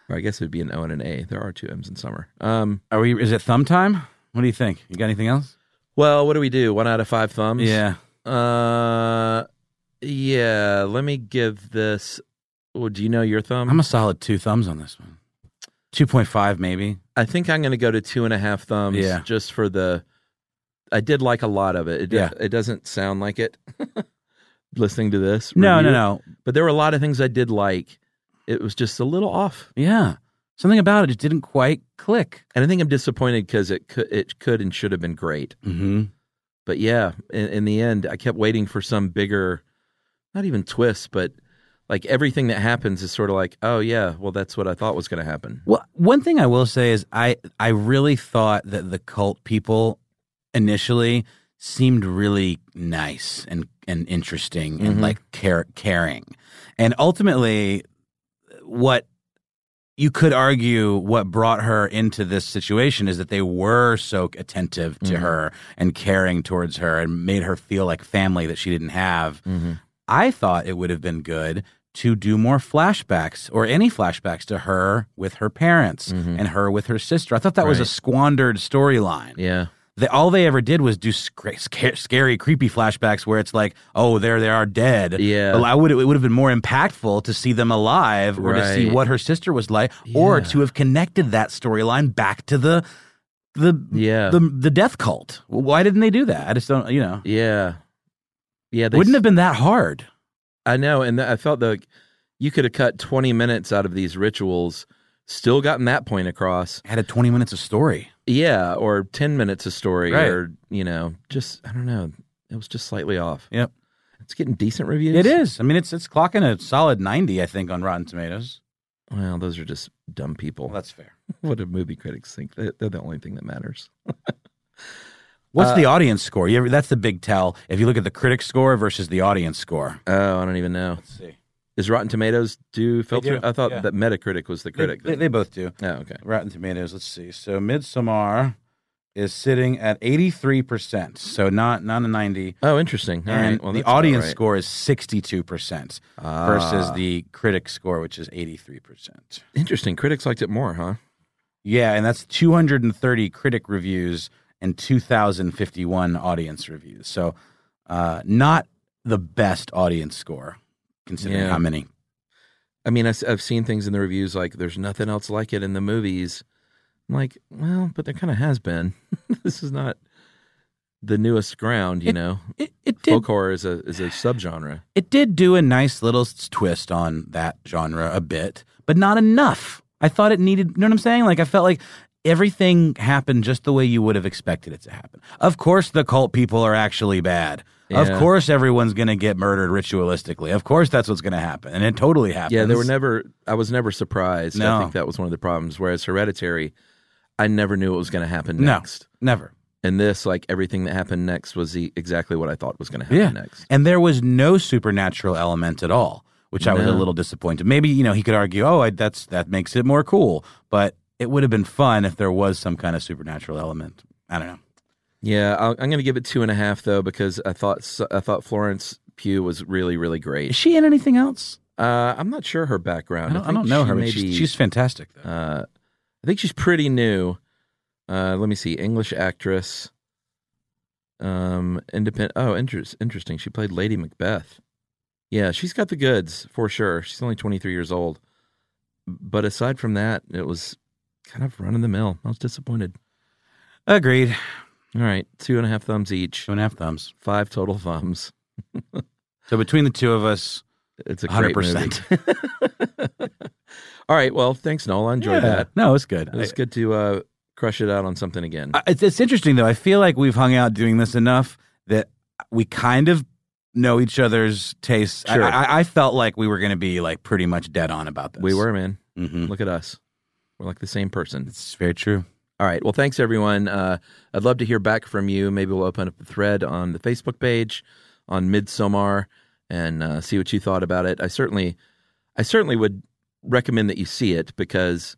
Speaker 4: or I guess it would be an O and an A. There are two M's in summer. Um,
Speaker 3: Are we? Is it thumb time? What do you think? You got anything else?
Speaker 4: Well, what do we do? One out of five thumbs?
Speaker 3: Yeah.
Speaker 4: Uh, yeah, let me give this. Well, do you know your thumb?
Speaker 3: I'm a solid two thumbs on this one. Two point five, maybe.
Speaker 4: I think I'm going to go to two and a half thumbs
Speaker 3: Yeah.
Speaker 4: just for the. I did like a lot of it. It, do-
Speaker 3: Yeah.
Speaker 4: it doesn't sound like it listening to this.
Speaker 3: No, no,
Speaker 4: review.
Speaker 3: no.
Speaker 4: But there were a lot of things I did like. It was just a little off.
Speaker 3: Yeah, something about it just didn't quite click.
Speaker 4: And I think I'm disappointed because it could, it could and should have been great.
Speaker 3: Mm-hmm.
Speaker 4: But yeah, in, in the end, I kept waiting for some bigger, not even twist, but like everything that happens is sort of like, oh yeah, well that's what I thought was going to happen.
Speaker 3: Well, one thing I will say is I I really thought that the cult people initially seemed really nice and and interesting and
Speaker 4: Mhm.
Speaker 3: like care, caring, and ultimately, what you could argue what brought her into this situation is that they were so attentive to her and caring towards her and made her feel like family that she didn't have. I thought it would have been good to do more flashbacks or any flashbacks to her with her parents and her with her sister. I thought that was a
Speaker 4: Right.
Speaker 3: squandered storyline.
Speaker 4: Yeah.
Speaker 3: That all they ever did was do sc- sca- scary, creepy flashbacks where it's like, oh, there they are dead.
Speaker 4: Yeah.
Speaker 3: But I would, it would have been more impactful to see them alive or to see
Speaker 4: Right.
Speaker 3: what her sister was like or
Speaker 4: Yeah.
Speaker 3: to have connected that storyline back to the, the,
Speaker 4: Yeah.
Speaker 3: the, the death cult. Why didn't they do that? I just don't, you know,
Speaker 4: yeah. Yeah. They
Speaker 3: wouldn't have been that hard.
Speaker 4: I know, and th- I felt like you could have cut 20 minutes out of these rituals, still gotten that point across.
Speaker 3: Had a 20 minutes of story.
Speaker 4: Yeah, or 10 minutes of story,
Speaker 3: Right.
Speaker 4: or, you know, just, I don't know. It was just slightly off.
Speaker 3: Yep.
Speaker 4: It's getting decent reviews.
Speaker 3: It is. I mean, it's it's clocking a solid ninety, I think, on Rotten Tomatoes.
Speaker 4: Well, those are just dumb people.
Speaker 3: Well, that's fair.
Speaker 4: what do movie critics think? They're they're the only thing that matters.
Speaker 3: What's
Speaker 4: Uh,
Speaker 3: the audience score? You ever, that's the big tell. If you look at the critic score versus the audience score,
Speaker 4: Oh, I don't even know. Let's
Speaker 3: see.
Speaker 4: Is Rotten Tomatoes do filter?
Speaker 3: do,
Speaker 4: I thought
Speaker 3: yeah.
Speaker 4: that Metacritic was the
Speaker 3: They-
Speaker 4: critic.
Speaker 3: They, they both do.
Speaker 4: Oh, okay.
Speaker 3: Rotten Tomatoes. Let's see. So Midsommar is sitting at eighty three percent. So not not a ninety.
Speaker 4: Oh, interesting. All
Speaker 3: and
Speaker 4: right. Well,
Speaker 3: the
Speaker 4: that's about
Speaker 3: audience
Speaker 4: right.
Speaker 3: score is sixty two percent versus
Speaker 4: Ah.
Speaker 3: the critic score, which is eighty three percent.
Speaker 4: Interesting. Critics liked it more, huh?
Speaker 3: Yeah, and that's two hundred and thirty critic reviews and two thousand fifty one audience reviews. So uh, not the best audience score considering
Speaker 4: Yeah.
Speaker 3: how many
Speaker 4: I mean, I, have seen things in the reviews like there's nothing else like it in the movies. I'm like, well, but there kind of has been. this is not the newest ground, you know.
Speaker 3: It, it
Speaker 4: did. Folk horror is a is a subgenre.
Speaker 3: It did do a nice little s- twist on that genre a bit, but not enough. I thought it needed, you know what I'm saying? Like, I felt like everything happened just the way you would have expected it to happen. Of course, the cult people are actually bad.
Speaker 4: Yeah.
Speaker 3: Of course, everyone's going to get murdered ritualistically. Of course, that's what's going to happen. And it totally happens.
Speaker 4: Yeah, they were never. I was never surprised. I
Speaker 3: No.
Speaker 4: think that was one of the problems. Whereas Hereditary, I never knew what was going to happen
Speaker 3: No,
Speaker 4: next.
Speaker 3: never.
Speaker 4: And this, like everything that happened next, was the, exactly what I thought was going to happen
Speaker 3: Yeah.
Speaker 4: next.
Speaker 3: And there was no supernatural element at all, which I was a
Speaker 4: No.
Speaker 3: little disappointed. Maybe, you know, he could argue, oh, I, that's that makes it more cool. But it would have been fun if there was some kind of supernatural element. I don't know.
Speaker 4: Yeah, I'll, I'm going to give it two and a half though because I thought s- I thought Florence Pugh was really really great.
Speaker 3: Is she in anything else?
Speaker 4: Uh, I'm not sure her background.
Speaker 3: I don't- I don't know her, but she's- she's fantastic,
Speaker 4: Though. Uh, I think she's pretty new. Uh, let me see, English actress. Um, independent. Oh, interest, interesting. She played Lady Macbeth. Yeah, she's got the goods for sure. She's only 23 years old. But aside from that, it was kind of run of the mill. I was disappointed.
Speaker 3: Agreed.
Speaker 4: All right, two and a half thumbs each. Two
Speaker 3: and a half thumbs.
Speaker 4: Five total thumbs.
Speaker 3: so between the two of us,
Speaker 4: it's a great movie. All right. Well, thanks, Noel. I enjoyed
Speaker 3: Yeah.
Speaker 4: that.
Speaker 3: No, it's good.
Speaker 4: It was
Speaker 3: I-
Speaker 4: good to uh, crush it out on something again.
Speaker 3: I- It's, it's interesting though. I feel like we've hung out doing this enough that we kind of know each other's tastes. I-
Speaker 4: Sure.
Speaker 3: I, I, I felt like we were going to be like pretty much dead on about this.
Speaker 4: we were, man.
Speaker 3: Mhm.
Speaker 4: Look at us. We're like the same person.
Speaker 3: It's very true.
Speaker 4: All right. Well, thanks, everyone. Uh, I'd love to hear back from you. Maybe we'll open up the thread on the Facebook page on Midsommar and uh, see what you thought about it. I certainly, I certainly would recommend that you see it because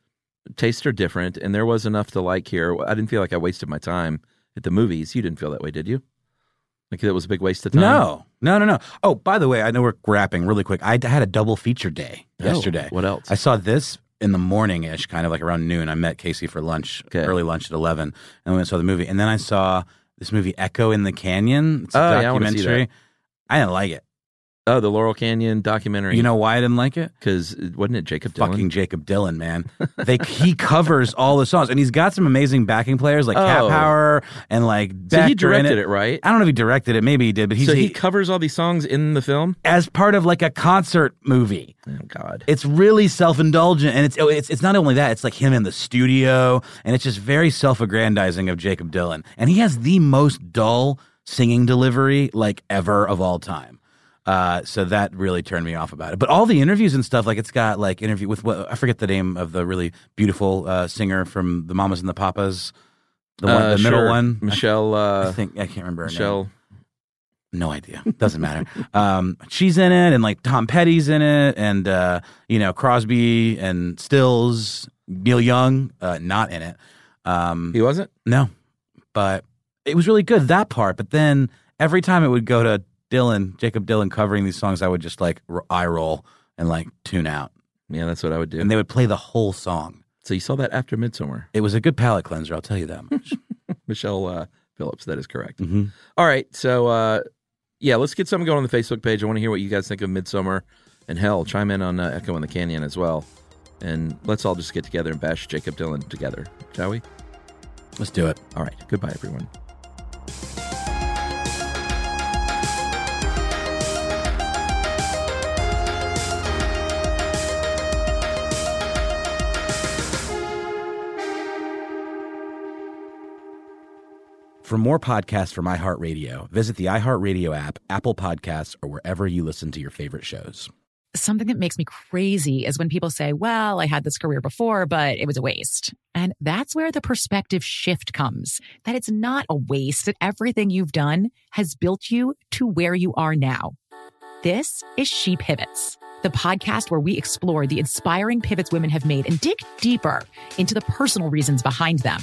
Speaker 4: tastes are different, and there was enough to like here. I didn't feel like I wasted my time at the movies. You didn't feel that way, did you? Like it was a big waste of time.
Speaker 3: No, no, no, no. Oh, by the way, I know we're wrapping really quick. I d- had a double feature day
Speaker 4: Oh,
Speaker 3: yesterday.
Speaker 4: what else?
Speaker 3: I saw this in the morning ish, kind of like around noon. I met Casey for lunch, early lunch at 11, and we went and saw the movie. And then I saw this movie, Echo in the Canyon. It's a
Speaker 4: Oh, yeah, I wanna see
Speaker 3: documentary.
Speaker 4: that.
Speaker 3: I didn't like it.
Speaker 4: Oh, the Laurel Canyon documentary.
Speaker 3: You know why I didn't like it?
Speaker 4: Because wasn't it Jacob
Speaker 3: Dylan? Fucking Jacob Dylan, man. They, he covers all the songs, and he's got some amazing backing players like Cat
Speaker 4: Oh.
Speaker 3: Power and like.
Speaker 4: So he
Speaker 3: Becker in
Speaker 4: directed it, right?
Speaker 3: I don't know if he directed it. Maybe he did, but he's
Speaker 4: so
Speaker 3: he-
Speaker 4: he covers all these songs in the film.
Speaker 3: as part of like a concert movie.
Speaker 4: Oh God,
Speaker 3: it's really self indulgent, and it's oh, it's it's not only that. It's like him in the studio, and it's just very self aggrandizing of Jacob Dylan, and he has the most dull singing delivery like ever of all time. Uh, so that really turned me off about it. But all the interviews and stuff, like it's got like interview with what I forget the name of the really beautiful uh, singer from the Mamas and the Papas, the one,
Speaker 4: Uh,
Speaker 3: the middle
Speaker 4: sure.
Speaker 3: one,
Speaker 4: Michelle. Uh,
Speaker 3: I think I can't remember her name.
Speaker 4: Michelle.
Speaker 3: No idea. Doesn't matter. um, she's in it, and like Tom Petty's in it, and uh, you know Crosby and Stills, Neil Young, uh, not in it. Um,
Speaker 4: he wasn't.
Speaker 3: No, but it was really good that part. But then every time it would go to Dylan, Jacob Dylan covering these songs, I would just like r- eye roll and like tune out.
Speaker 4: Yeah, that's what I would do.
Speaker 3: And they would play the whole song.
Speaker 4: So you saw that after Midsummer.
Speaker 3: It was a good palate cleanser. I'll tell you that much.
Speaker 4: Michelle uh, Phillips. That is correct.
Speaker 3: Mhm.
Speaker 4: All right. So uh, yeah, let's get something going on the Facebook page. I want to hear what you guys think of Midsummer, and hell, chime in on uh, Echo in the Canyon as well. And let's all just get together and bash Jacob Dylan together, shall we?
Speaker 3: Let's do it.
Speaker 4: All right. Goodbye, everyone.
Speaker 3: For more podcasts from iHeartRadio, visit the iHeartRadio app, Apple Podcasts, or wherever you listen to your favorite shows.
Speaker 6: Something that makes me crazy is when people say, well, I had this career before, but it was a waste. And that's where the perspective shift comes that it's not a waste, that everything you've done has built you to where you are now. This is She Pivots, the podcast where we explore the inspiring pivots women have made and dig deeper into the personal reasons behind them.